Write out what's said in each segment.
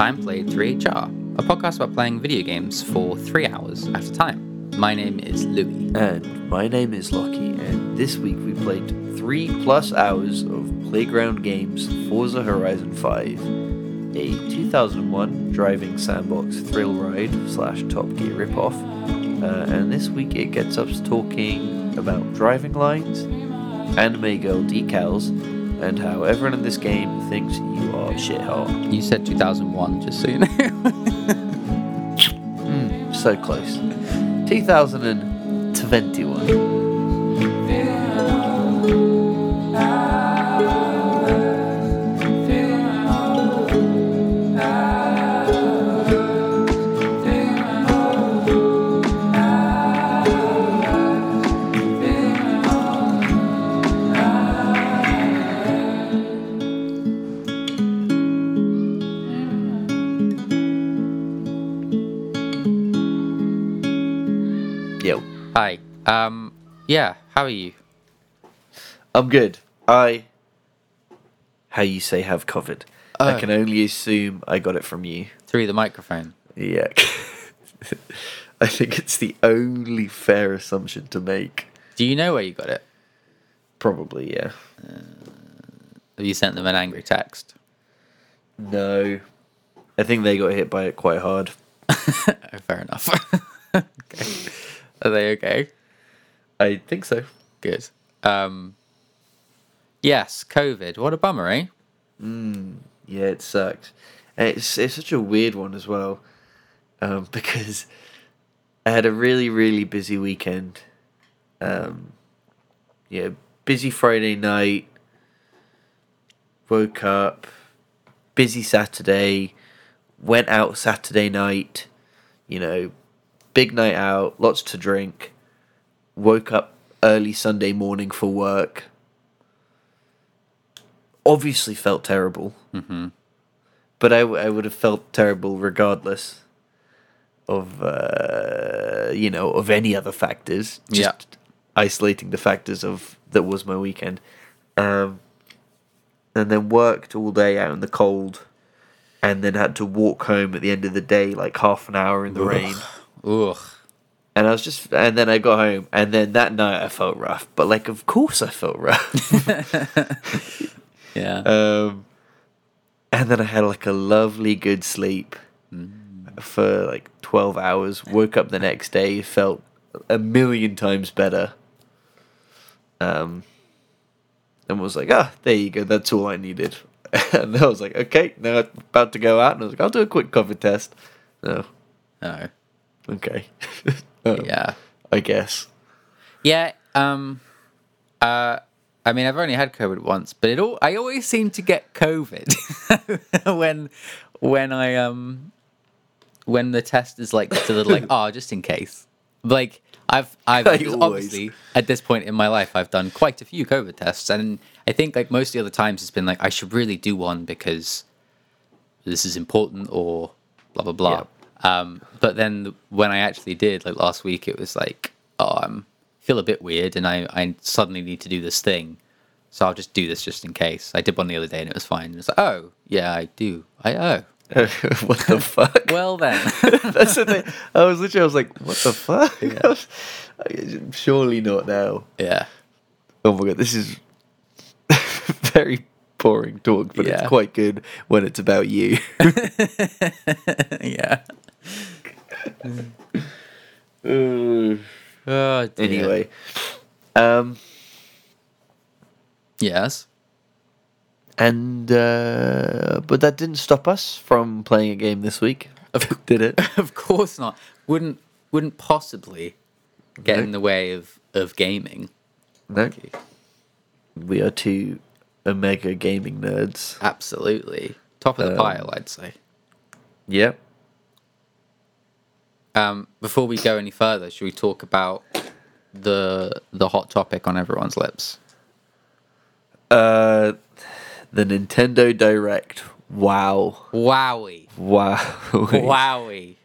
Time Played 3HR, a podcast about playing video games for three hours at a time. My name is Louis. And my name is Lockie, and this week we played three plus hours of playground games Forza Horizon 5, a 2001 driving sandbox thrill ride slash Top Gear ripoff. Uh, and this week it gets us talking about driving lines, anime girl decals, and how everyone in this game thinks you are shithole. You said 2001, just so you know. So close. 2021. Yo. Hi. Um, yeah, how are you? I'm good. I. How you say have covered? Oh. I can only assume I got it from you. Through the microphone. Yeah. I think it's the only fair assumption to make. Do you know where you got it? Probably, yeah. Have you sent them an angry text? No. I think they got hit by it quite hard. Oh, fair enough. okay. Are they okay? I think so. Good. Um, yes, COVID. What a bummer, eh? Yeah, it sucked. And it's it's such a weird one as well, um, because I had a really really busy weekend. Um, yeah, busy Friday night. Woke up, busy Saturday. Went out Saturday night. You know, big night out, lots to drink. Woke up early Sunday morning for work. Obviously, felt terrible but I, w- I would have felt terrible regardless of uh, you know of any other factors. Yeah. Just isolating the factors of that was my weekend, um, and then worked all day out in the cold, and then had to walk home at the end of the day like half an hour in the rain. Ugh. And I was just, and then I got home, and then that night I felt rough. But like, of course I felt rough. Yeah. Um, and then I had like a lovely good sleep for like 12 hours. Woke up the next day, felt a million times better. Um, and was like, ah, there you go, that's all I needed. and I was like, okay, now I'm about to go out. And I was like, I'll do a quick COVID test. No, no. okay. Um, Yeah. I guess. Yeah. Um. Uh. I mean, I've only had COVID once, but it all. I always seem to get COVID when, when I um, when the test is like to the like, oh, just in case. Like I've I've I because always- obviously at this point in my life I've done quite a few COVID tests, and I think like most of the other times it's been like I should really do one because this is important or blah blah blah. Um, but then when I actually did, like last week, it was like, oh, I'm feel a bit weird, and I I suddenly need to do this thing, so I'll just do this just in case. I did one the other day, and it was fine. It's like, oh yeah, I do. I oh what the fuck? well then. That's the thing. I was literally, I was like, what the fuck? Surely not now. yeah. Oh my god, this is very boring talk, but Yeah. it's quite good when it's about you. yeah. Oh, anyway, um, Yes. and uh, but that didn't stop us from playing a game this week, did it? of course not. Wouldn't wouldn't possibly get in No. the way of of gaming. No, we are two omega gaming nerds. Absolutely. Top of the pile, I'd say. Yep. Um, before we go any further, should we talk about the the hot topic on everyone's lips? Uh, the Nintendo Direct. Wow! Wowie. Wow! Wowie.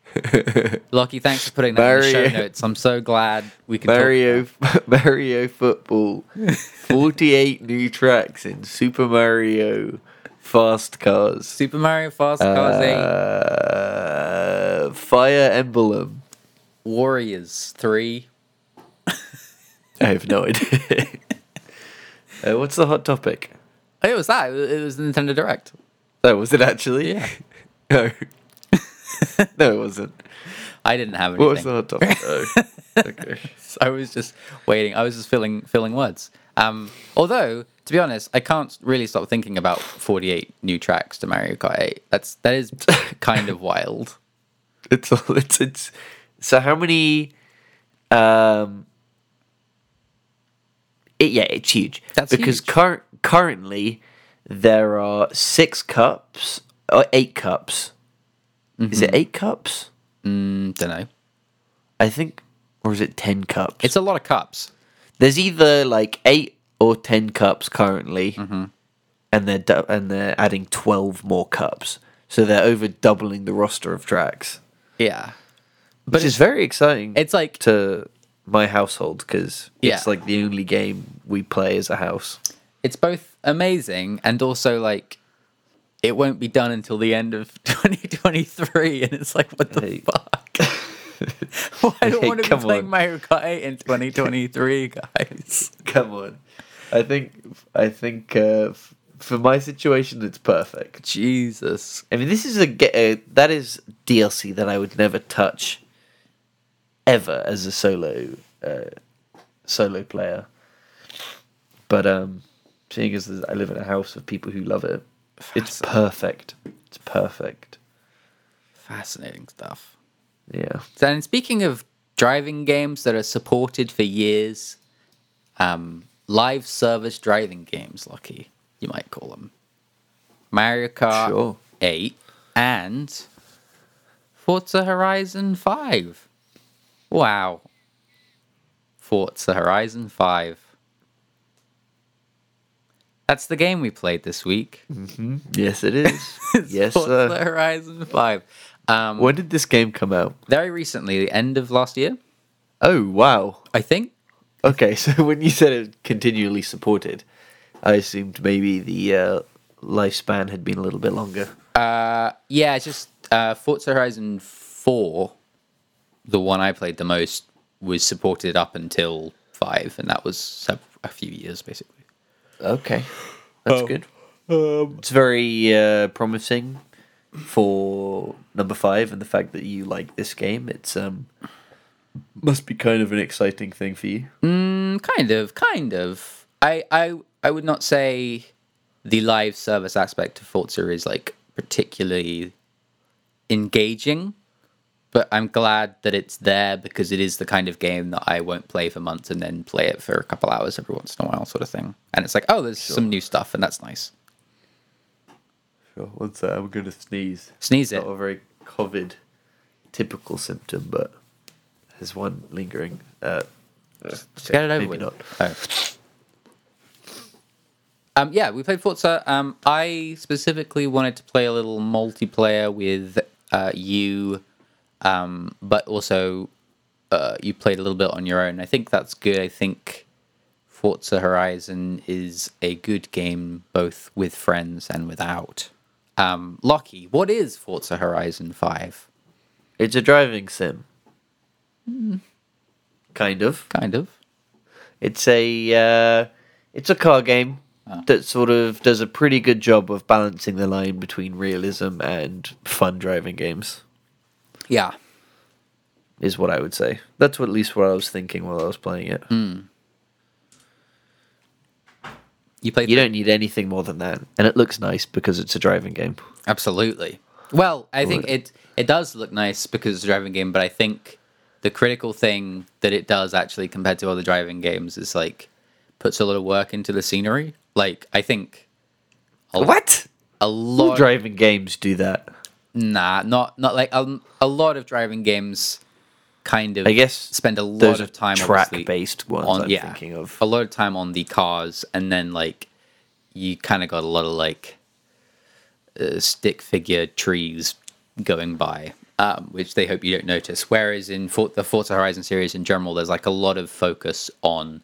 Lucky, thanks for putting that in the show Mario- notes. I'm so glad we can talk Mario Mario Football. 48 new tracks in Super Mario Fast Cars. Super Mario Fast Cars 8, Uh, Fire Emblem. Warriors 3. I have no idea. uh, what's the hot topic? Oh, It was that. It was- It was Nintendo Direct. Oh, was it actually? Yeah. no. no, it wasn't. I didn't have anything. What was the hot topic? Oh, okay. I was just waiting. I was just filling filling words. Um, although to be honest, I can't really stop thinking about 48 new tracks to Mario Kart 8. That's that is kind of wild. It's all. It's it's. So how many? Um. It, yeah, it's huge. That's because huge. Cur- currently there are six cups or eight cups. Is Mm-hmm. it eight cups? Don't know. I think, or is it ten cups? It's a lot of cups. There's either like eight or ten cups currently, Mm-hmm. and they're du- and they're adding twelve more cups, so they're over doubling the roster of tracks, Yeah, which is very exciting. it's like to my household because Yeah. it's like the only game we play as a house. it's both amazing and also like it won't be done until the end of 2023, and it's like what the Hey. fuck. Well, I don't Hey, want to be come playing on. Mario Kart 8 in 2023, guys. Come on, I think I think uh, f- for my situation it's perfect. Jesus. I mean, this is a ge- uh, that is DLC that I would never touch ever as a solo uh, solo player. But um, seeing as there's- I live in a house of people who love it, it's perfect. It's perfect. Fascinating stuff. Yeah. And speaking of driving games that are supported for years, um, live service driving games, lucky you might call them, Mario Kart Sure. 8 and Forza Horizon 5. Wow. Forza Horizon 5. That's the game we played this week. Yes, it is. yes, Forza sir. Horizon 5. Um, When did this game come out? very recently, the end of last year, Oh wow. I think. Okay, so when you said it continually supported, I assumed maybe the uh, lifespan had been a little bit longer. Uh, yeah, it's just uh, Forza Horizon 4, the one I played the most, was supported up until 5, and that was sev- a few years, basically. Okay, that's good. it's very uh, promising for number five, and the fact that you like this game, it's um must be kind of an exciting thing for you. Mm, kind of, kind of. I, I, I would not say the live service aspect of Forza is like particularly engaging, but I'm glad that it's there because it is the kind of game that I won't play for months and then play it for a couple hours every once in a while, sort of thing. And it's like, oh, there's some new stuff, and that's nice. Sure, one sec, I'm gonna sneeze. Sneeze it. Not a very COVID typical symptom, but there's one lingering. Uh, Just get it over maybe with. not. Oh. Um, yeah, we played Forza. Um, I specifically wanted to play a little multiplayer with uh, you, um, but also uh, you played a little bit on your own. I think that's good. I think Forza Horizon is a good game both with friends and without. Um, Lockie, what is Forza Horizon 5? It's a driving sim. Hmm. Kind of. Kind of. It's a uh, it's a car game Ah. that sort of does a pretty good job of balancing the line between realism and fun driving games. Yeah. Is what I would say. That's what, at least what I was thinking while I was playing it. Hmm. You played You don't need anything more than that, and it looks nice because it's a driving game. Absolutely. Well, I think it it does look nice because it's a driving game, but I think the critical thing that it does actually compared to other driving games is like puts a lot of work into the scenery. Like I think What? a All lot driving games do that. nah, not not like um, a lot of driving games kind of I guess spend a lot Those are of time obviously, track-based ones. on I'm yeah, thinking of. a lot of time on the cars, and then like you kind of got a lot of like uh, stick figure trees going by, um, which they hope you don't notice. Whereas in For- the Forza Horizon series in general, there's like a lot of focus on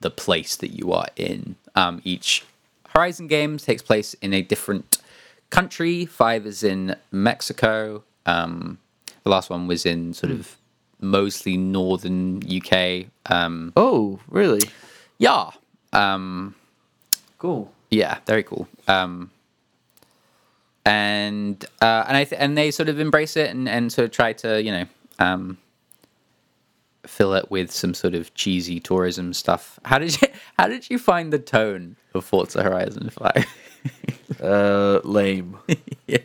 the place that you are in. Um, each Horizon game takes place in a different country. Five is in Mexico. Um, the last one was in sort Hmm. of mostly northern UK. Um, Oh, really? yeah, Cool. yeah, very cool. Um, and uh, and I th- and they sort of embrace it and, and sort of try to you know um, fill it with some sort of cheesy tourism stuff. How did you how did you find the tone of Forza Horizon Five? Uh, lame. yeah,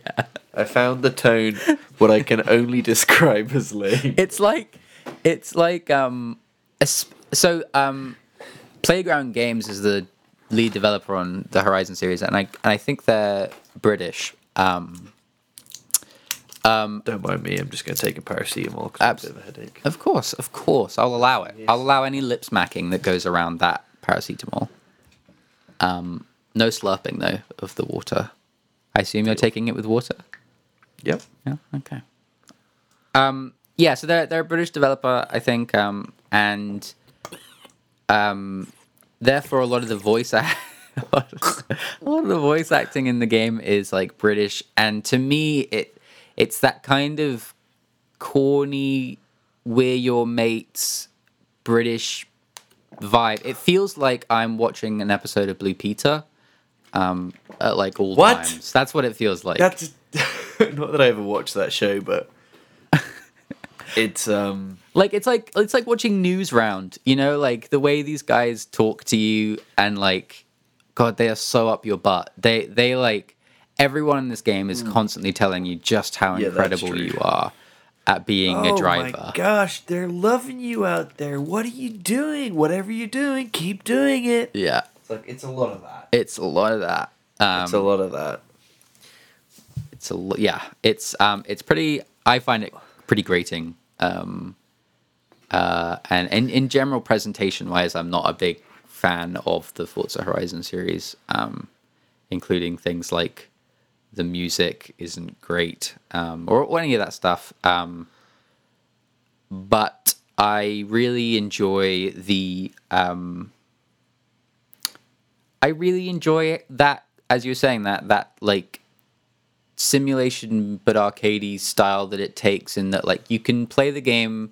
I found the tone what I can only describe as lame. it's like it's like um a sp- so um playground games is the lead developer on the horizon series and i and i think they're british um Don't mind me. I'm just going to take a paracetamol because Abs- I'm a bit of a headache. of course of course i'll allow it i'll allow any lip smacking that goes around that paracetamol um no slurping though of the water i assume you're taking it with water Yep. Yeah. Okay. Um. Yeah. So they're they're a British developer, I think. Um. And um, therefore, a lot of the voice act, a lot of the voice acting in the game is like British, and to me, it it's that kind of corny, we're your mates, British vibe. It feels like I'm watching an episode of Blue Peter. Um, at like all What? times. That's what it feels like. That's not that I ever watched that show, but it's um like it's like it's like watching news round you know like the way these guys talk to you and like god they are so up your butt they they like everyone in this game is constantly telling you just how Hmm. Yeah, that's incredible true. you are at being a Oh my driver gosh, they're loving you out there. What are you doing? Whatever you're doing, keep doing it. yeah It's like it's a lot of that. it's a lot of that um It's a lot of that. it's a lo- yeah it's um it's pretty i find it pretty grating um uh and in, in general presentation wise i'm not a big fan of the forza horizon series um including things like the music isn't great um or, or any of that stuff um but i really enjoy the um i really enjoy it that as you were saying that that like simulation but arcadey style that it takes in that like you can play the game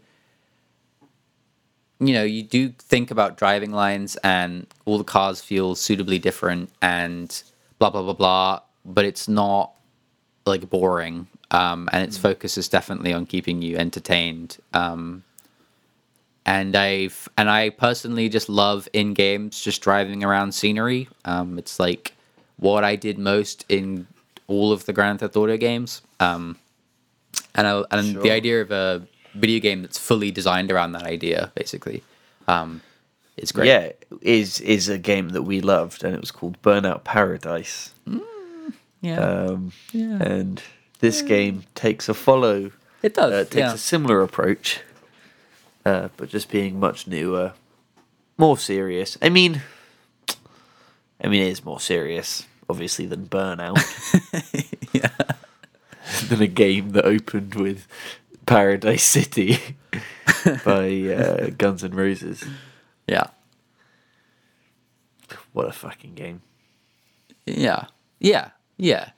you know you do think about driving lines and all the cars feel suitably different and blah blah blah blah but it's not like boring um and Hmm. its focus is definitely on keeping you entertained um and i've and i personally just love in games just driving around scenery um it's like what i did most in all of the grand theft auto games um and I, and the Sure. idea of a video game that's fully designed around that idea basically um it's great Yeah, is is a game that we loved, and it was called Burnout Paradise. yeah Um, Yeah. and this game takes a follow Hmm. it does uh, takes yeah. a similar approach, uh, but just being much newer, more serious. I mean, I mean, it is more serious, obviously, than Burnout. than a game that opened with Paradise City by uh, Guns N' Roses. yeah What a fucking game! Yeah. Yeah. Yeah.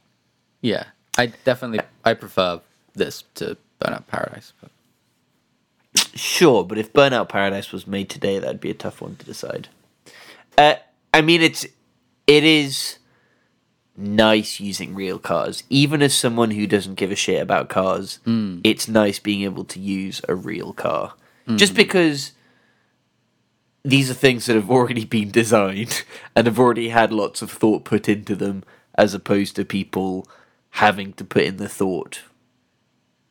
Yeah. I definitely I prefer this to Burnout Paradise. But Sure, but if Burnout Paradise was made today, that'd be a tough one to decide. Uh, I mean, it's it is nice using real cars, even as someone who doesn't give a shit about cars. It's nice being able to use a real car, just because these are things that have already been designed and have already had lots of thought put into them, as opposed to people having to put in the thought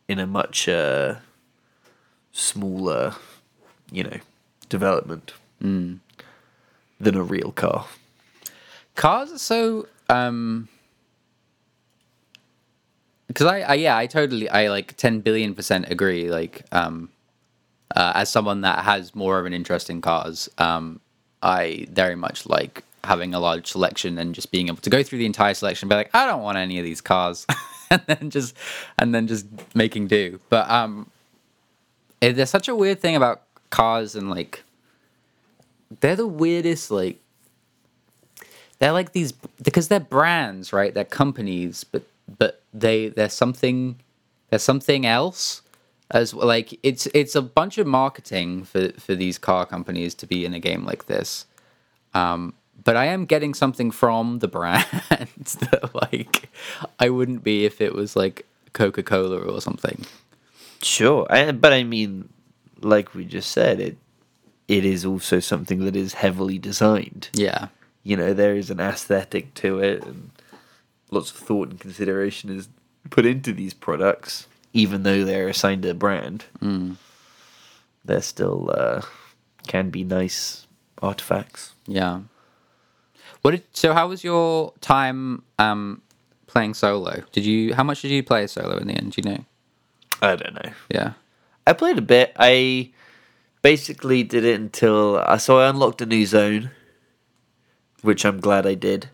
in a much. Uh, smaller, you know, development than a real car. cars are so um because I, I yeah i totally i like 10 billion percent agree like um uh, as someone that has more of an interest in cars um i very much like having a large selection and just being able to go through the entire selection and be like i don't want any of these cars and then just and then just making do but um eh, there's such a weird thing about cars and like they're the weirdest like they're like these because they're brands, right? They're companies, but but they they're something they're something else as well. Like it's it's a bunch of marketing for for these car companies to be in a game like this. Um, but I am getting something from the brand that like I wouldn't be if it was like Coca Cola or something. Sure, I, but I mean, like we just said, it it is also something that is heavily designed. Yeah. You know, there is an aesthetic to it, and lots of thought and consideration is put into these products, even though they're assigned a brand. Mm. They're still uh, can be nice artifacts. Yeah. What did, so how was your time um playing solo? Did you how much did you play solo in the end, do you know? I don't know. Yeah. I played a bit. I basically did it until I so I unlocked a new zone, which I'm glad I did.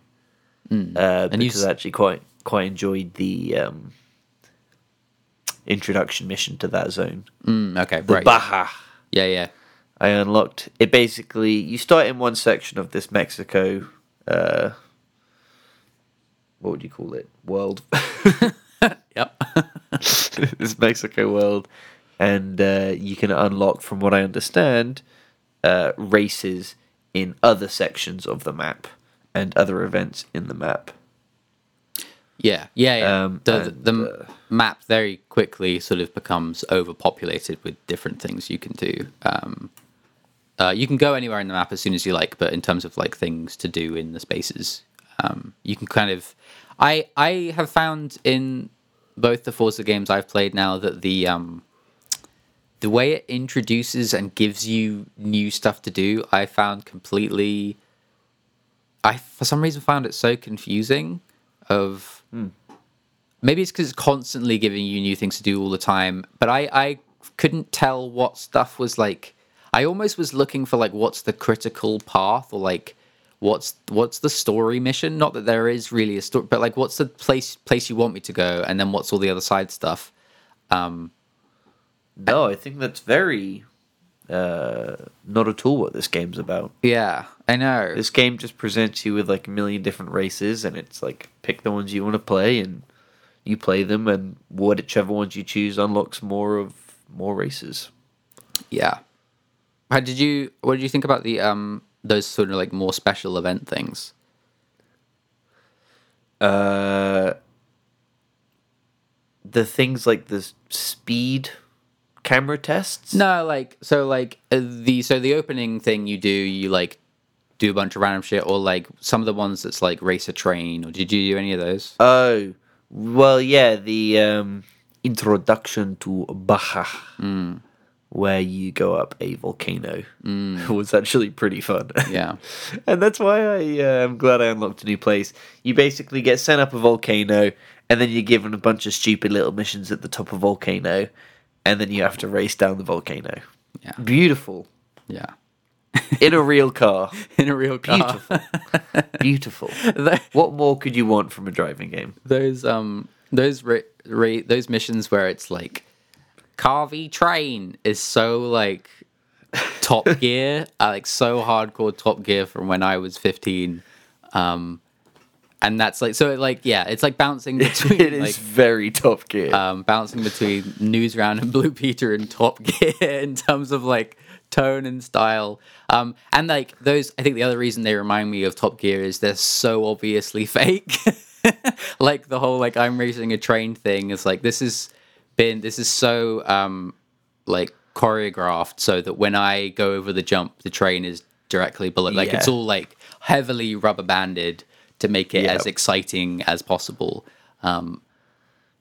Uh, Hmm. And you because s- I actually quite quite enjoyed the um, introduction mission to that zone, Mm, okay, the right. Baja. Yeah, yeah. I unlocked it. Basically, you start in one section of this Mexico. Uh, what would you call it? World. Yep. this Mexico world, and uh, you can unlock, from what I understand, uh, races in other sections of the map and other events in the map. Yeah, yeah, yeah. Um, the the- and, the, m map very quickly sort of becomes overpopulated with different things you can do. Um, uh, you can go anywhere in the map as soon as you like, but in terms of like things to do in the spaces, um, you can kind of. I I have found in both the Forza games I've played now that the um, the way it introduces and gives you new stuff to do, I found completely. I for some reason found it so confusing. Of maybe it's because it's constantly giving you new things to do all the time but i i couldn't tell what stuff was like i almost was looking for like what's the critical path or like what's what's the story mission not that there is really a story but like what's the place place you want me to go and then what's all the other side stuff No, I think that's very uh, not at all what this game's about. yeah i know This game just presents you with like a million different races, and it's like pick the ones you want to play, and you play them, and whichever ones you choose unlocks more of more races. yeah how did you what did you think about the um those sort of like more special event things Uh, the things like the s- speed camera tests. No, like so, like uh, the so the opening thing you do, you like do a bunch of random shit, or like some of the ones that's like race a train, or did you do any of those? Oh, well, yeah, the um, introduction to Baja, Mm. where you go up a volcano, was actually pretty fun. Mm. Yeah, and that's why I uh, am glad I unlocked a new place. You basically get sent up a volcano, and then you're given a bunch of stupid little missions at the top of volcano, and then you have to race down the volcano. Yeah. Beautiful. yeah, In a real car. in a real car. Beautiful. Beautiful. What more could you want from a driving game? those um those ra- ra- those missions where it's like car v train is so like top gear uh, like so hardcore top gear from when i was 15 um and that's like so it like yeah it's like bouncing between It is like very Top Gear. um, bouncing between Newsround and Blue Peter and Top Gear in terms of like tone and style. Um, and like those, I think the other reason they remind me of Top Gear is they're so obviously fake. like the whole like I'm racing a train thing is like this has been this is so um, like choreographed so that when I go over the jump, the train is directly below. Like it's Yeah. all like heavily rubber banded to make it Yeah. as exciting as possible. Um,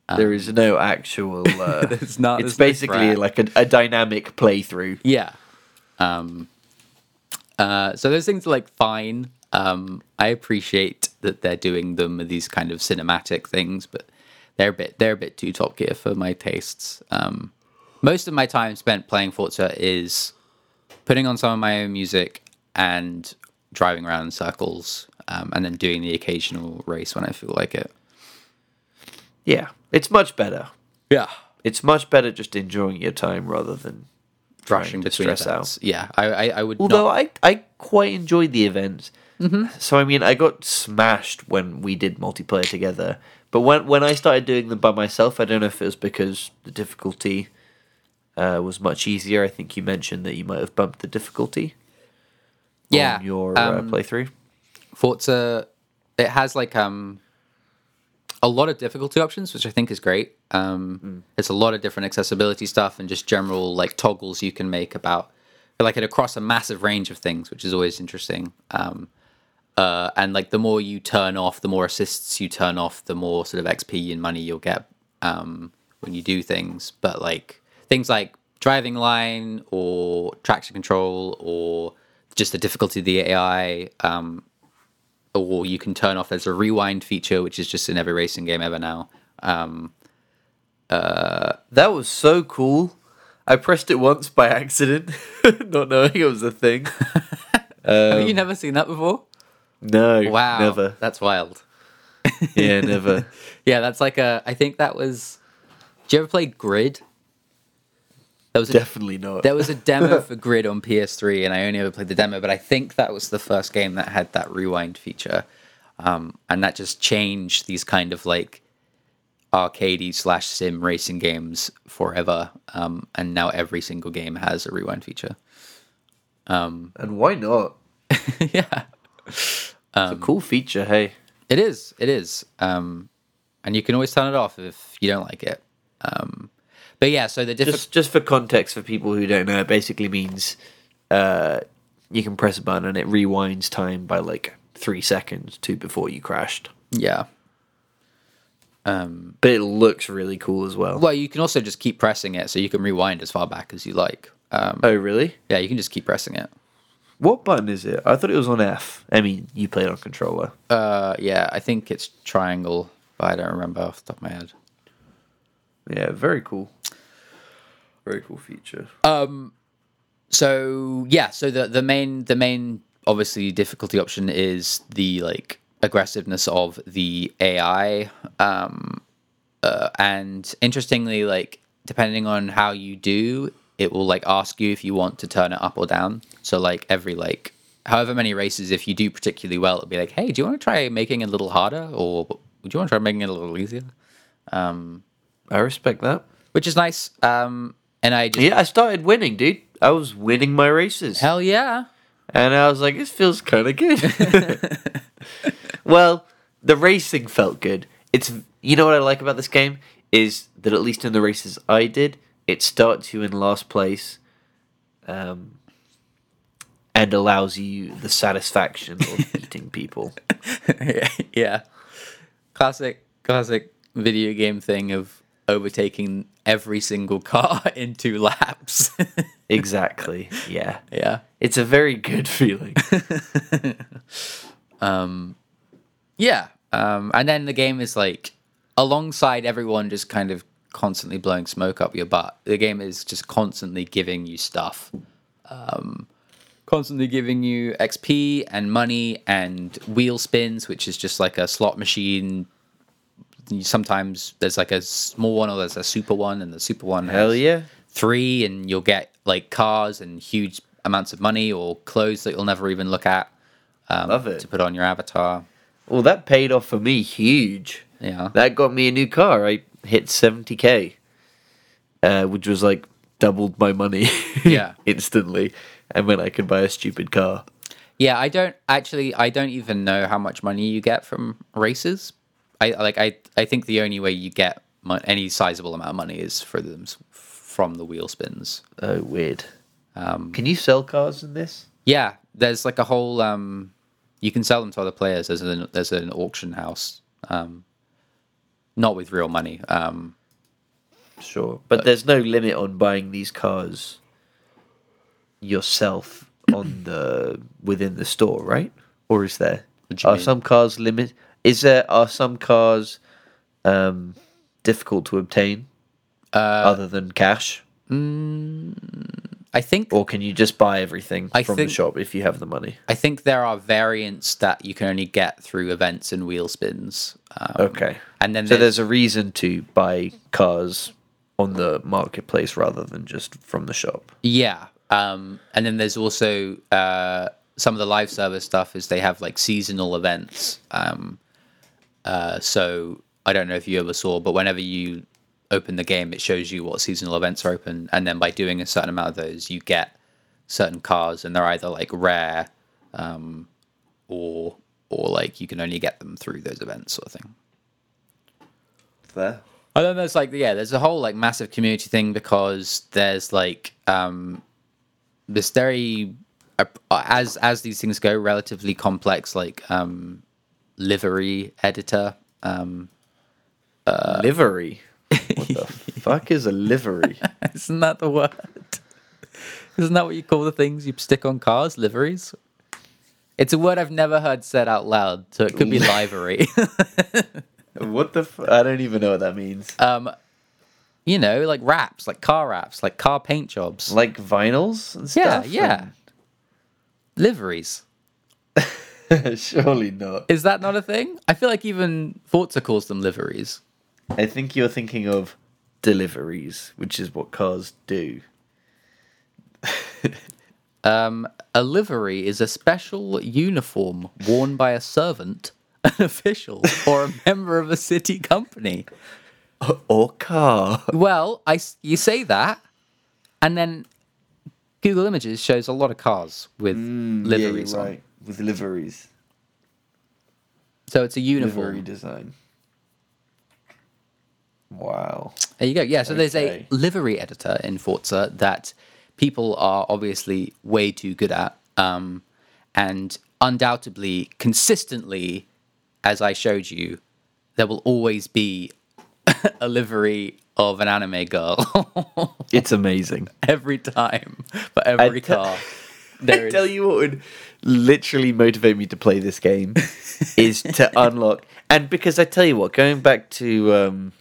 there is no actual. Uh, There's not- It's there's no basically track. like a, a dynamic playthrough. Yeah. Um, uh, so those things are like fine. Um, I appreciate that they're doing them with these kind of cinematic things, but they're a bit they're a bit too Top Gear for my tastes. Um, most of my time spent playing Forza is putting on some of my own music and driving around in circles, um, and then doing the occasional race when I feel like it. Yeah, it's much better. Yeah, It's much better just enjoying your time rather than. rushing to between stress out. events. Yeah, I I, I would. Although not, Mm-hmm. I, I quite enjoyed the events. So I mean, I got smashed when we did multiplayer together. But when when I started doing them by myself, I don't know if it was because the difficulty uh, was much easier. I think you mentioned that you might have bumped the difficulty Yeah. on your uh, um, playthrough. Forza, it has like um a lot of difficulty options, which I think is great. Um, It's a lot of different accessibility stuff and just general like toggles you can make about like it across a massive range of things, which is always interesting. Um, uh, and like the more you turn off, the more assists you turn off, the more sort of XP and money you'll get um, when you do things. But like things like driving line or traction control or just the difficulty of the AI or you can turn off there's a rewind feature which is just in every racing game ever now That was so cool. I pressed it once by accident, not knowing it was a thing. have you never seen that before No, wow never. that's wild Yeah, never. yeah that's like a i think that was do you ever play grid that was a, Definitely not. there was a demo for grid on ps3 and i only ever played the demo but i think that was the first game that had that rewind feature um, and that just changed these kind of like arcadey slash sim racing games forever um, and now every single game has a rewind feature and why not? yeah Um, it's a cool feature, hey. It is. It is. Um, and you can always turn it off if you don't like it. Um, but yeah, so the different. Just just for context for people who don't know, it basically means uh, you can press a button and it rewinds time by like three seconds to before you crashed. yeah. But it looks really cool as well. Well, you can also just keep pressing it, so you can rewind as far back as you like. Um, Oh really? yeah, you can just keep pressing it. What button is it? I thought it was on F. I mean, you played on controller. Uh, yeah, I think it's triangle, but I don't remember off the top of my head. Yeah, very cool. Very cool feature. so yeah so the the main the main obviously difficulty option is the like aggressiveness of the ai um uh, and interestingly like depending on how you do it will like ask you if you want to turn it up or down so like every like however many races if you do particularly well it'll be like hey do you want to try making it a little harder or do you want to try making it a little easier I respect that. which is nice um and i just Yeah, I started winning, dude. I was winning my races. hell yeah And I was like, this feels kind of good. well, the racing felt good. It's you know what I like about this game is that at least in the races I did, it starts you in last place, um, and allows you the satisfaction of beating people. yeah. Classic, classic video game thing of overtaking every single car in two laps. Exactly. Yeah, yeah. it's a very good feeling. Yeah. Um, and then the game is like, alongside everyone just kind of constantly blowing smoke up your butt, the game is just constantly giving you stuff. Um, constantly giving you XP and money and wheel spins, which is just like a slot machine. You- Sometimes there's like a small one or there's a super one, and the super one Hell has yeah. three, and you'll get like cars and huge amounts of money or clothes that you'll never even look at um, Love it. to put on your avatar. Well, that paid off for me huge. Yeah. That got me a new car. I hit 70k, uh, which was like doubled my money Yeah. instantly. And when I could buy a stupid car. Yeah, I don't actually. I don't even know how much money you get from races. I like. I I think the only way you get mon- any sizable amount of money is for them s- from the wheel spins. Oh, weird. Um, Can you sell cars in this? Yeah, there's like a whole. Um, you can sell them to other players. There's an there's an auction house. Um, not with real money. Um, Sure. Uh, But there's no limit on buying these cars yourself on the within the store, right? Or is there? What do you Are mean? some cars limit? Is there are some cars um, difficult to obtain Uh, other than cash? I think or can you just buy everything I from think- the shop if you have the money? I think there are variants that you can only get through events and wheel spins. Um, Okay. And then So there's a reason to buy cars on the marketplace rather than just from the shop. Yeah. Um, and then there's also uh, some of the live service stuff is they have like seasonal events. Um, uh, so I don't know if you ever saw, but whenever you open the game, it shows you what seasonal events are open, and then by doing a certain amount of those, you get certain cars, and they're either like rare, um, or or like you can only get them through those events, sort of thing. Fair. And then there's like yeah, there's a whole like massive community thing because there's like um this very uh, as as these things go, relatively complex like um livery editor. Um livery. Uh, What the fuck is a livery? isn't that the word? Isn't that what you call the things you stick on cars? Liveries? It's a word I've never heard said out loud, so it could be livery. What the? F- I don't even know what that means. Uh, you know, like wraps, like car wraps, like car paint jobs. like vinyls and yeah, stuff. yeah. Liveries. And- surely not. Is that not a thing? I feel like even Forza calls them liveries. I think you're thinking of deliveries, which is what cars do. A livery is a special uniform worn by a servant, an official, or a member of a city company. Or car. Well, I s- you say that, and then Google Images shows a lot of cars with liveries on. With liveries, So it's a uniform. livery design. Wow. There you go. Yeah, so there's a Okay. livery editor in Forza that people are obviously way too good at. Um, and undoubtedly, consistently, as I showed you, there will always be a livery of an anime girl It's amazing. every time for every te- car. There I is- tell you what would literally motivate me to play this game is to unlock. And because I tell you what, going back to um,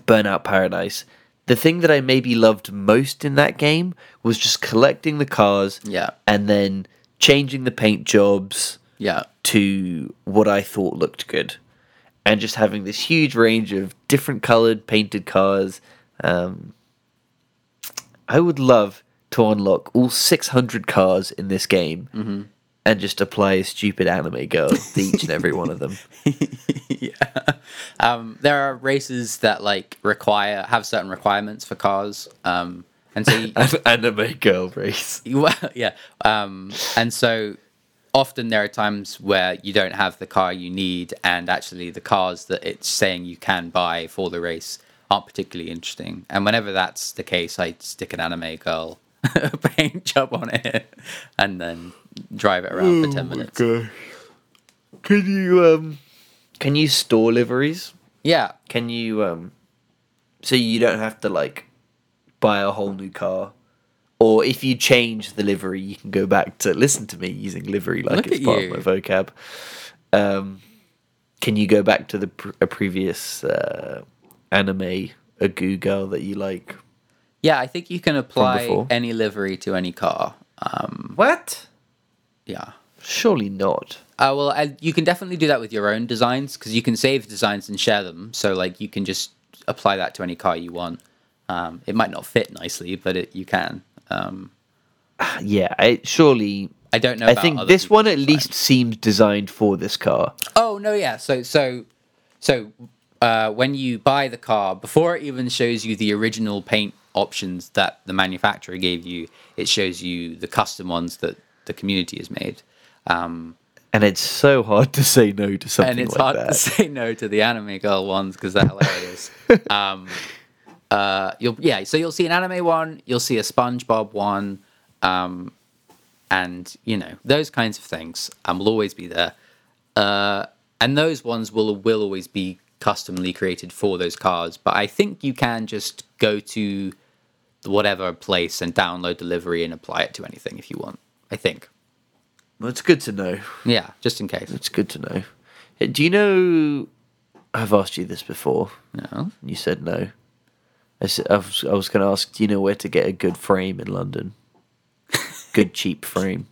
Burnout Paradise, the thing that I maybe loved most in that game was just collecting the cars Yeah. and then changing the paint jobs yeah. to what I thought looked good, and just having this huge range of different colored painted cars. Um, I would love to unlock all 600 cars in this game and just apply a stupid anime girl to each and every one of them. um, there are races that like require have certain requirements for cars, um, and so you, An anime girl race. you- yeah, um, and so often there are times where you don't have the car you need, and actually the cars that it's saying you can buy for the race aren't particularly interesting. And whenever that's the case, I stick an anime girl paint job on it, and then drive it around for Mm. ten minutes. Gosh. Can you um can you store liveries? Yeah, Can you um so you don't have to like buy a whole new car? Or if you change the livery, you can go back to listen to me using livery like Look it's at part you. of my vocab. Um can you go back to the pr- a previous uh anime a goo girl that you like? yeah, I think you can apply before. any livery to any car. Um, What? yeah. Surely not. Uh, well, I, you can definitely do that with your own designs because you can save designs and share them. So, like, you can just apply that to any car you want. Um, it might not fit nicely, but it, you can. Um, Yeah, I surely I don't know. I about think other this people's one at designs. least seems designed for this car. Oh no, yeah. So so so uh, when you buy the car, before it even shows you the original paint options that the manufacturer gave you, it shows you the custom ones that the community has made. Um, And it's so hard to say no to something and it's like hard that. to say no to the anime girl ones because they're hilarious. um, uh, you'll yeah, so you'll see an anime one, you'll see a SpongeBob one, um, and you know those kinds of things um, will always be there. Uh, and those ones will will always be customly created for those cars. But I think you can just go to whatever place and download delivery and apply it to anything if you want. I think. Well, it's good to know. Yeah, just in case. It's good to know. Uh, Do you know? I've asked you this before. No. and You said no. I, said, I was, I was going to ask, do you know where to get a good frame in London? Good cheap frame.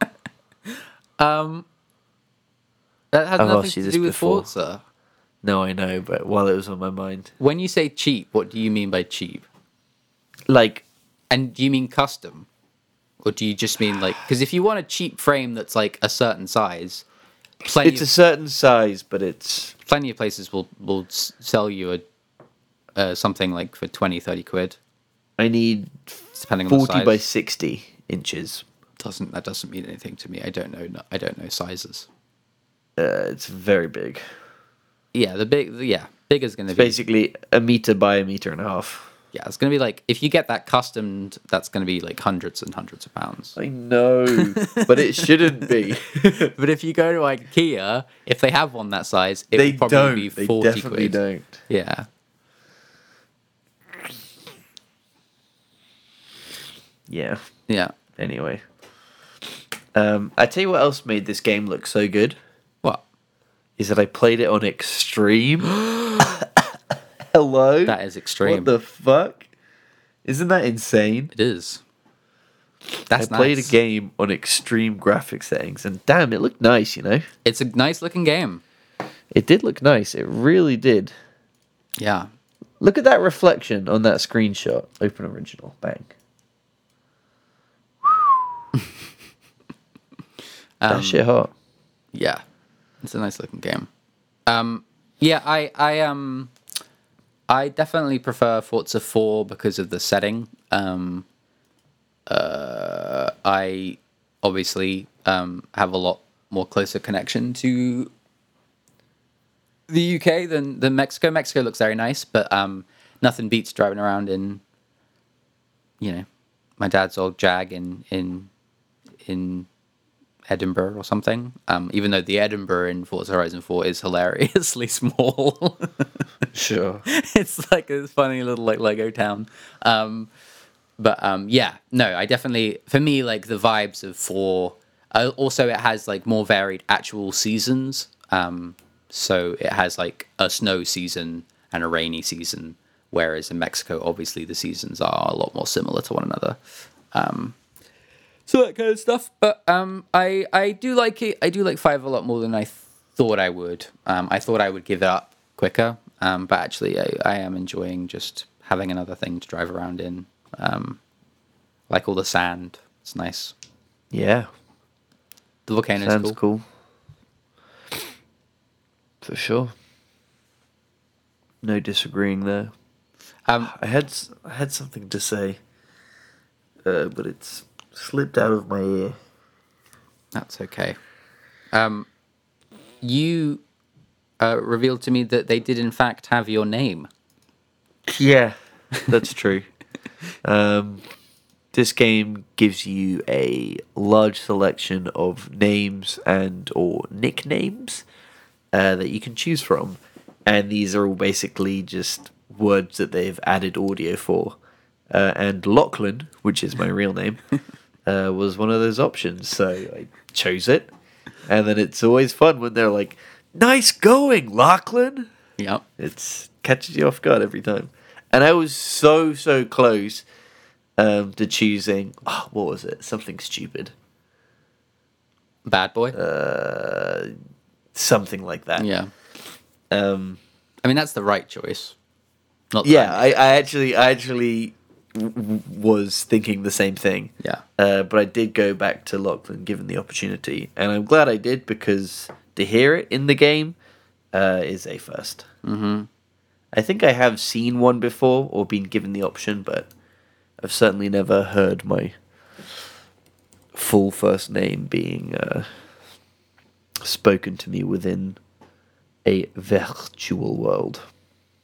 That has I've nothing asked you to this do with before. Forza. No, I know, but while it was on my mind, When you say cheap, what do you mean by cheap? like And do you mean custom? or do you just mean like because if you want a cheap frame that's like a certain size, plenty It's of, a certain size, but it's plenty of places will will s- sell you a uh, something like for 20, 30 quid, I need depending on the forty size. by sixty inches. doesn't that doesn't mean anything to me? I don't know. I don't know sizes. Uh, it's very big. Yeah, the big yeah bigger's gonna be Basically, a meter by a meter and a half. yeah it's gonna be like if you get that customed that's gonna be like hundreds and hundreds of pounds. I know, but it shouldn't be. But if you go to IKEA, if they have one that size, it they would probably don't. be They forty definitely quid. don't. Yeah. Yeah. Yeah. Anyway, um, I tell you what else made this game look so good What? is that I played it on extreme. Hello. That is extreme. What the fuck? Isn't that insane? it is. That's I played nice. a game on extreme graphic settings, and damn, it looked nice. You know, It's a nice looking game. it did look nice. It really did. Yeah. Look at that reflection on that screenshot. Open original. Bang. that shit Um, hot. Yeah. It's a nice looking game. Um yeah, I I um I definitely prefer Forza 4 because of the setting. Um uh I obviously um have a lot more closer connection to the UK than than Mexico. Mexico looks very nice, but um nothing beats driving around in you know, my dad's old Jag in in in Edinburgh or something. Um, even though the Edinburgh in Forza Horizon 4 is hilariously small. Sure. it's like this funny little like Lego town. Um, but um, yeah, no, I definitely for me like the vibes of four. Uh, also, it has like more varied actual seasons. Um, so it has like a snow season and a rainy season, whereas in Mexico, obviously the seasons are a lot more similar to one another. Um, so that kind of stuff. But um, I I do like it. I do like five a lot more than I thought I would. Um, I thought I would give it up quicker, um, but actually I, I am enjoying just having another thing to drive around in. Um, like all the sand, it's nice. Yeah. The volcano's Sounds cool. cool. For sure. No disagreeing there. Um, I had s- I had something to say, uh, but it's slipped out of my ear. that's okay. Um, you uh, revealed to me that they did in fact have your name. Yeah, that's true. um, this game gives you a large selection of names and or nicknames uh, that you can choose from, and these are all basically just words that they've added audio for. Uh, and Lachlan, which is my real name, uh, was one of those options, so I chose it. And then it's always fun when they're like, "Nice going, Lachlan." Yep. It's catches you off guard every time. And I was so so close um, to choosing. Oh, what was it? Something stupid. Bad boy. Uh, something like that. yeah. Um, I mean that's the right choice. Not the yeah. I, I actually I actually w- w- was thinking the same thing. Yeah. Uh, but I did go back to Lachlan given the opportunity, and I'm glad I did because to hear it in the game uh, is a 1st Mm-hmm. I think I have seen one before or been given the option, but I've certainly never heard my full first name being uh, spoken to me within a virtual world.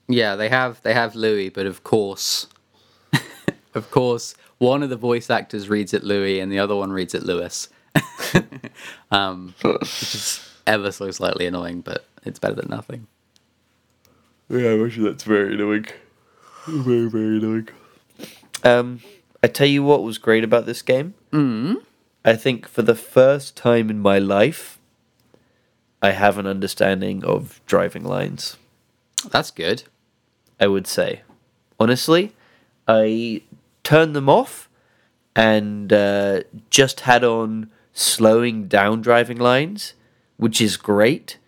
Yeah, they have they have Louis, but of course, of course, one of the voice actors reads it Louis, and the other one reads it Lewis. um, which is ever so slightly annoying, but it's better than nothing. Yeah, I'm actually that's very annoying. Very, very annoying. Um, I tell you what was great about this game. Mm. I think for the first time in my life, I have an understanding of driving lines. That's good. I would say. Honestly, I turned them off and uh, just had on slowing down driving lines, which is great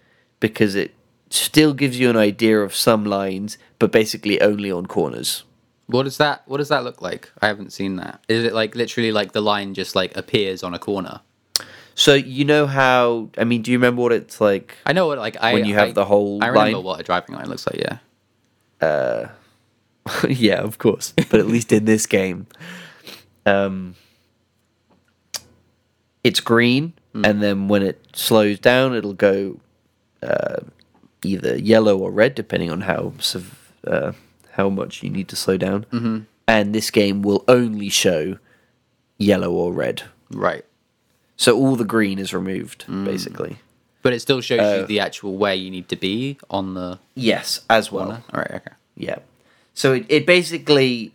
because it still gives you an idea of some lines, but basically only on corners. What does that What does that look like? I haven't seen that. Is it like literally like the line just like appears on a corner? So you know how? I mean, do you remember what it's like? I know what like I When you have I- the whole I remember line? what a driving line looks like. Yeah. yeah, of course. But at least in this game, um, it's green, and then when it slows down, it'll go uh, either yellow or red, depending on how sev- uh, how much you need to slow down. Mm-hmm. And this game will only show yellow or red, Right. so all the green is removed, basically. But it still shows Oh. you the actual where you need to be on the Yes, as well. corner. All right. Okay. Yeah. So it, it basically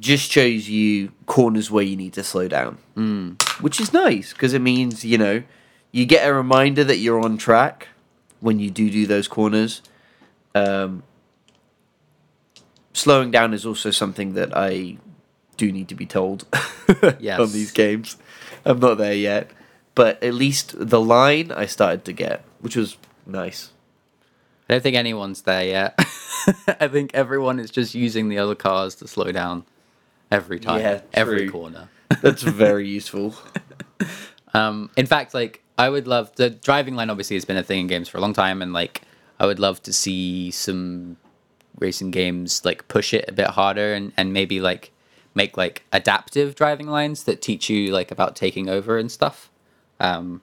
just shows you corners where you need to slow down, mm. which is nice because it means, you know, you get a reminder that you're on track when you do do those corners. Um, slowing down is also something that I do need to be told on Yes. these games. I'm not there yet. But at least the line I started to get, which was nice. I don't think anyone's there yet. I think everyone is just using the other cars to slow down every time, Yeah, every true. corner. That's very useful. Um, in fact, like I would love the driving line. Obviously, has been a thing in games for a long time, and like I would love to see some racing games like push it a bit harder, and and maybe like make like adaptive driving lines that teach you like about taking over and stuff. Um,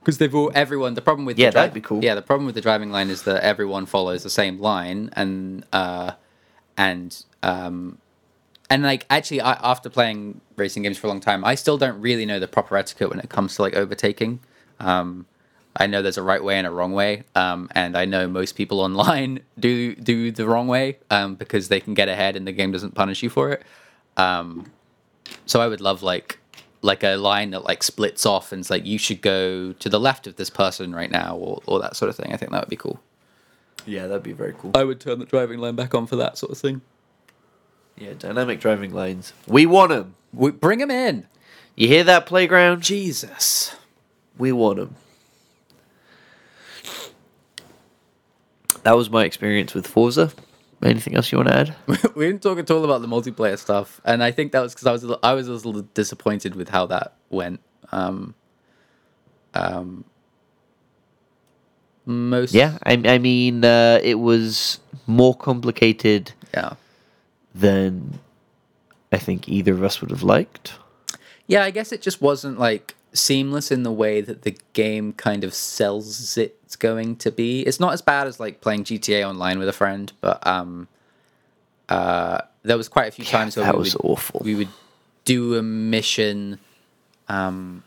because they've all everyone. The problem with the Yeah, that'd drive- be cool. Yeah, the problem with the driving line is that everyone follows the same line, and uh, and um, and like actually I, after playing racing games for a long time i still don't really know the proper etiquette when it comes to like overtaking um i know there's a right way and a wrong way um and i know most people online do do the wrong way um because they can get ahead and the game doesn't punish you for it um so i would love like like a line that like splits off and it's like you should go to the left of this person right now or, or that sort of thing i think that would be cool Yeah, that'd be very cool. i would turn the driving line back on for that sort of thing Yeah, dynamic driving lanes. We want them. we bring them in You hear that playground? jesus We want them. That was my experience with Forza. Anything else you want to add? we didn't talk at all about the multiplayer stuff, and I think that was because I was a little, I was a little disappointed with how that went. Um, um, most Yeah, I, I mean, uh, it was more complicated yeah than I think either of us would have liked. yeah. I guess it just wasn't like seamless in the way that the game kind of sells it's going to be. It's not as bad as like playing GTA online with a friend, but um, uh, there was quite a few times where that we was would- awful. We would do a mission. um,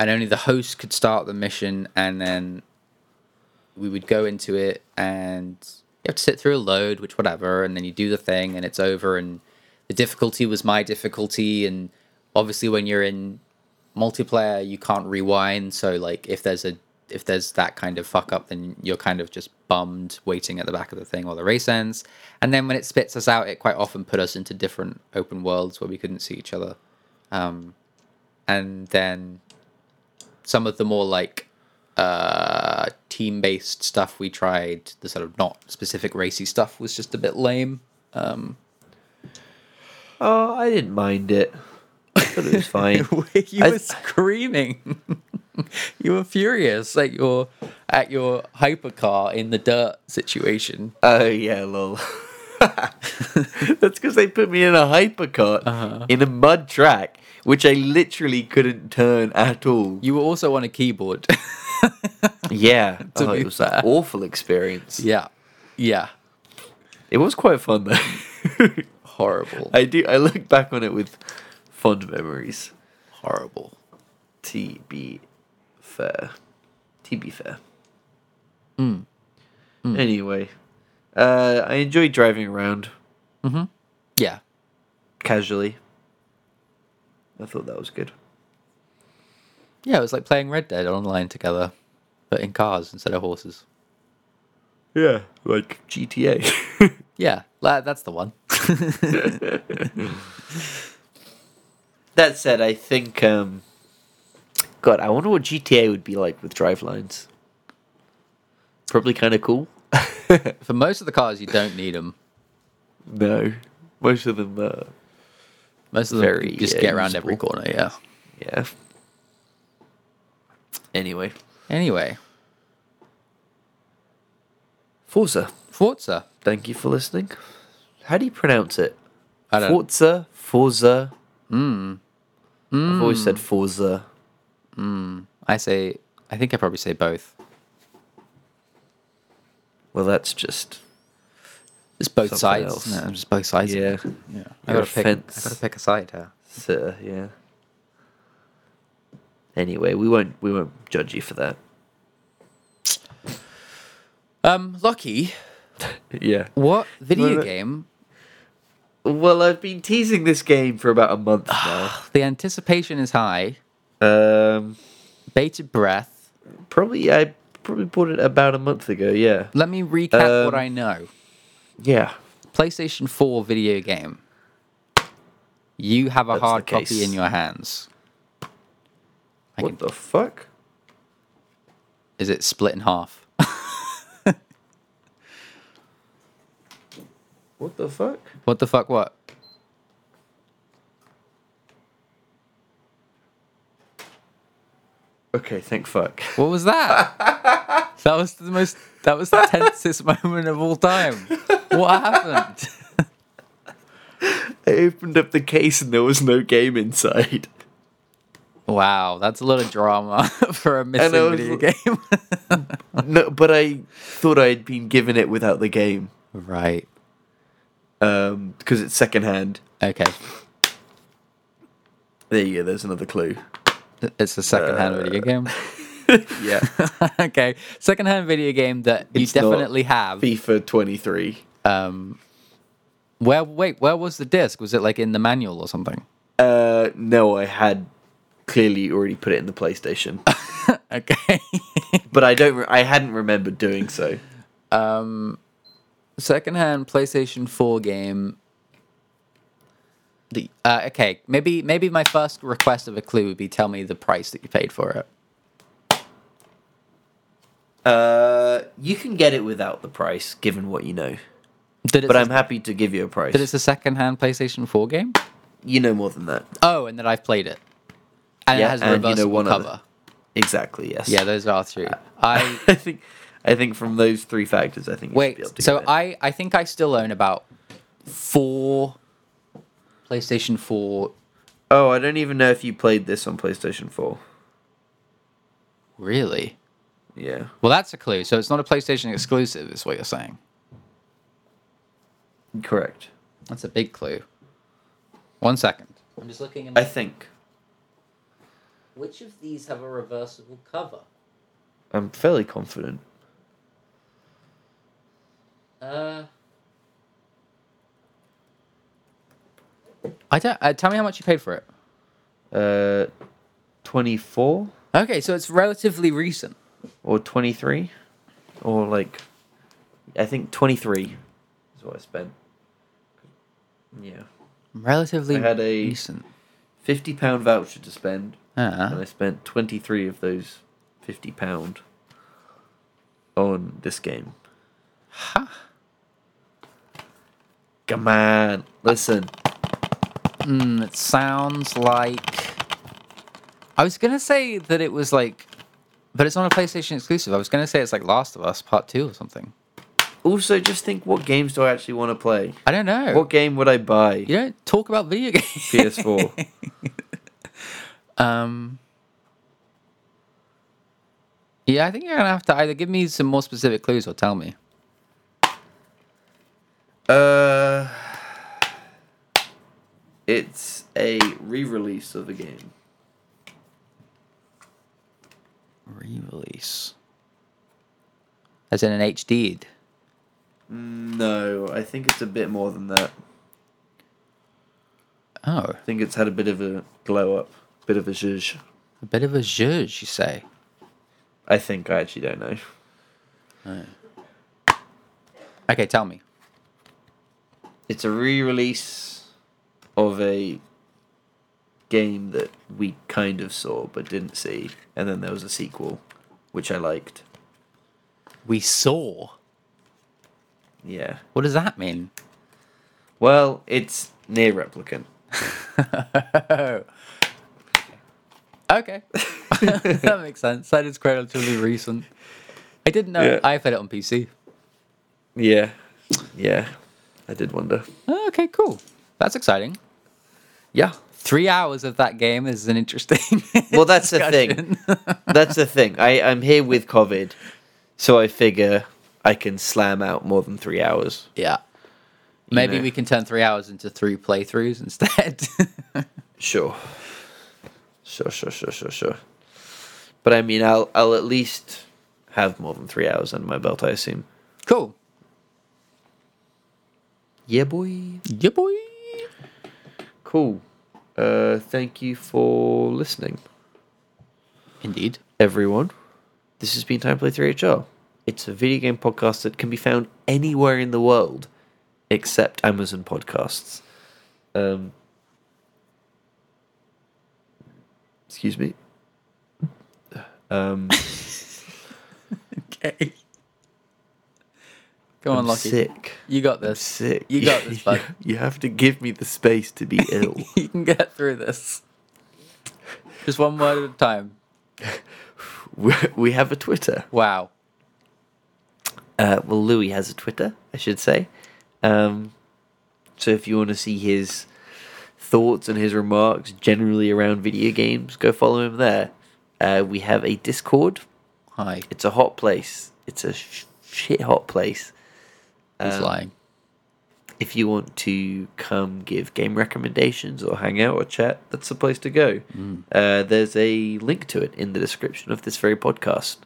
and only the host could start the mission and then we would go into it and you have to sit through a load which whatever and then you do the thing and it's over and the difficulty was my difficulty and obviously when you're in multiplayer you can't rewind so like if there's a if there's that kind of fuck up then you're kind of just bummed waiting at the back of the thing while the race ends and then when it spits us out it quite often put us into different open worlds where we couldn't see each other um, and then some of the more like uh team based stuff we tried the sort of not specific racy stuff was just a bit lame Oh, I didn't mind it. I thought it was fine. you I- were screaming you were furious at your at your hypercar in the dirt situation Oh yeah, lol. That's because they put me in a hypercar Uh-huh. in a mud track, which I literally couldn't turn at all. you were also on a keyboard Yeah, oh, be it was an fair. awful experience. yeah yeah It was quite fun though. horrible I do. I look back on it with fond memories. horrible To be fair, to be fair. Hmm. Anyway, uh, I enjoy driving around yeah casually. I thought that was good. yeah it was like playing red dead online together but in cars instead of horses Yeah, like GTA. yeah that, that's the one that said, I think um God, I wonder what GTA would be like with drive lines. Probably kind of cool. for most of the cars you don't need them No. Most of them, uh, Most of them Very, just uh, get around every useful. corner, yeah. yeah. Anyway, Anyway, Forza. Forza. Thank you for listening. How do you pronounce it? I don't Hmm. Forza, Forza. Mm. I've always said Forza. I say I think I probably say both. Well, that's just It's both Something sides. else. isn't it? It's both sides. yeah, yeah. I You're a gotta pick. I fence. gotta pick a side. Huh? sitter, yeah. Anyway, we won't we won't judge you for that. Um, Lucky, Yeah. what video Wait, wait. game? Well, I've been teasing this game for about a month now. The anticipation is high. um, Bated breath. probably I probably bought it about a month ago. Yeah. Let me recap what Um, I know. Yeah. PlayStation 4 video game. You have a That's the hard copy case. in your hands. I What can, the fuck? is it split in half? What the fuck? what the fuck? What? Okay, thank fuck. What was that? that was the most. That was the tensest moment of all time. What happened? I opened up the case and there was no game inside. Wow, that's a lot of drama for a missing know, it's video l- game. No, but I thought I had been given it without the game right. because it's secondhand. Okay. There you go. There's another clue. It's a secondhand video game. Yeah, Uh. okay, secondhand video game that you It's not definitely have. FIFA 23. Um, where? Wait, where was the disc? Was it like in the manual or something? Uh, no, I had clearly already put it in the PlayStation, Okay. but I don't. Re- I hadn't remembered doing so. secondhand PlayStation 4 game. The uh, okay, maybe maybe my first request of a clue would be tell me the price that you paid for it. Uh, you can get it without the price, given what you know. That it's But a, I'm happy to give you a price. that it's a secondhand PlayStation 4 game. you know more than that. Oh, and that I've played it, and it Yeah, has a and you know reversible one Uh, cover. other. Exactly. Yes. Yeah, those are three. I I think. I think from those three factors, I think you should Wait, be able to so get it. I, I think I still own about four PlayStation 4. Oh, I don't even know if you played this on PlayStation 4. Really? Yeah. Well, that's a clue. So it's not a PlayStation exclusive, is what you're saying. Correct. That's a big clue. One second. I'm just looking at I think. which of these have a reversible cover? I'm fairly confident. Uh. I don't. Uh, tell me how much you paid for it. Uh, 24 Okay, so it's relatively recent. or 23? Or like, I think 23 is what I spent. Yeah. Relatively I had a- recent. 50 pound voucher to spend, Ah. and I spent 23 of those 50 pound on this game. Come on, listen. Mm, it sounds like. I was gonna say that it was like, but it's not a PlayStation exclusive. I was gonna say it's like Last of Us Part Two or something. Also, just think what games do I actually want to play? I don't know. What game would I buy? You don't talk about video games. PS4. um. Yeah, I think you're gonna have to either give me some more specific clues or tell me. uh, it's a re-release of a game. Re-release. As in an HD'd. No, I think it's a bit more than that. Oh, I think it's had a bit of a glow up, bit of a zhuzh. a bit of a zhuzh, you say. I think I actually don't know. Okay, tell me. It's a re-release of a game that we kind of saw but didn't see, and then there was a sequel, which I liked. We saw. Yeah. What does that mean? Well, it's near replicant. okay. that makes sense. That is relatively recent. I didn't know. Yeah. I've had it on PC. Yeah. Yeah. I did wonder. Oh, Okay, cool. That's exciting. Yeah. Three hours of that game is an interesting. Well, that's the thing. discussion. That's the thing. I, I'm here with COVID, so I figure I can slam out more than three hours. yeah. Maybe know. we can turn three hours into three playthroughs instead. Sure. Sure, sure, sure, sure, sure. But I mean, I'll I'll at least have more than three hours under my belt. I assume. cool. Yeah, boy. Yeah, boy. Cool. Uh, thank you for listening, Indeed. everyone. This has been Time Play Three HR. It's a video game podcast that can be found anywhere in the world, except Amazon podcasts. Um. Excuse me. Um, Okay. Go on, I'm Lucky. sick. You got this. sick. You got this, bud. you have to give me the space to be ill. you can get through this. Just one word at a time. we we have a Twitter. Wow. Uh, well, Louis has a Twitter, I should say. Um, so if you want to see his thoughts and his remarks generally around video games, go follow him there. Uh, we have a Discord. Hi. It's a hot place. It's a sh- shit hot place. He's Um, lying. if you want to come give game recommendations or hang out or chat, that's the place to go. Mm. Uh, there's a link to it in the description of this very podcast.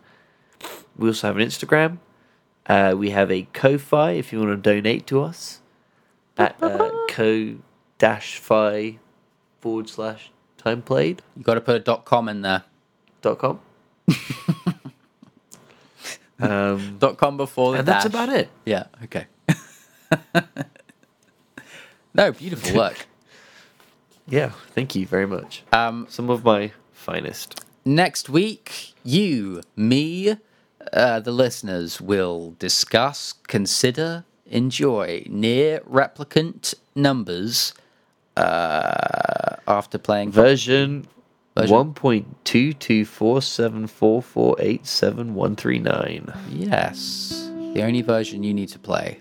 We also have an Instagram. Uh, we have a Ko-fi if you want to donate to us at uh, ko-fi forward slash time played You got to put a dot com in there. dot com. um, Dot com before the and that's dash. about it. Yeah. Okay. no, beautiful work. Yeah, thank you very much. Um, Some of my finest. next week, you, me, uh, the listeners will discuss, consider, enjoy near replicant numbers uh, after playing. version, Version. 1.22474487139. yes, the only version you need to play.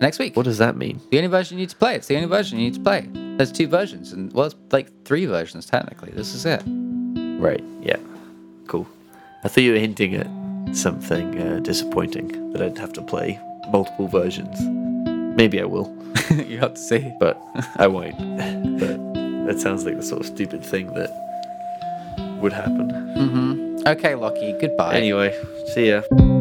Next week. What does that mean? The only version you need to play. It's the only version you need to play. There's two versions, and well, it's like three versions technically. This is it. Right, yeah. Cool. I thought you were hinting at something uh, disappointing that I'd have to play multiple versions. Maybe I will, you have to see. but I won't. but that sounds like the sort of stupid thing that would happen. Okay, Lockie. Goodbye. Anyway, see ya.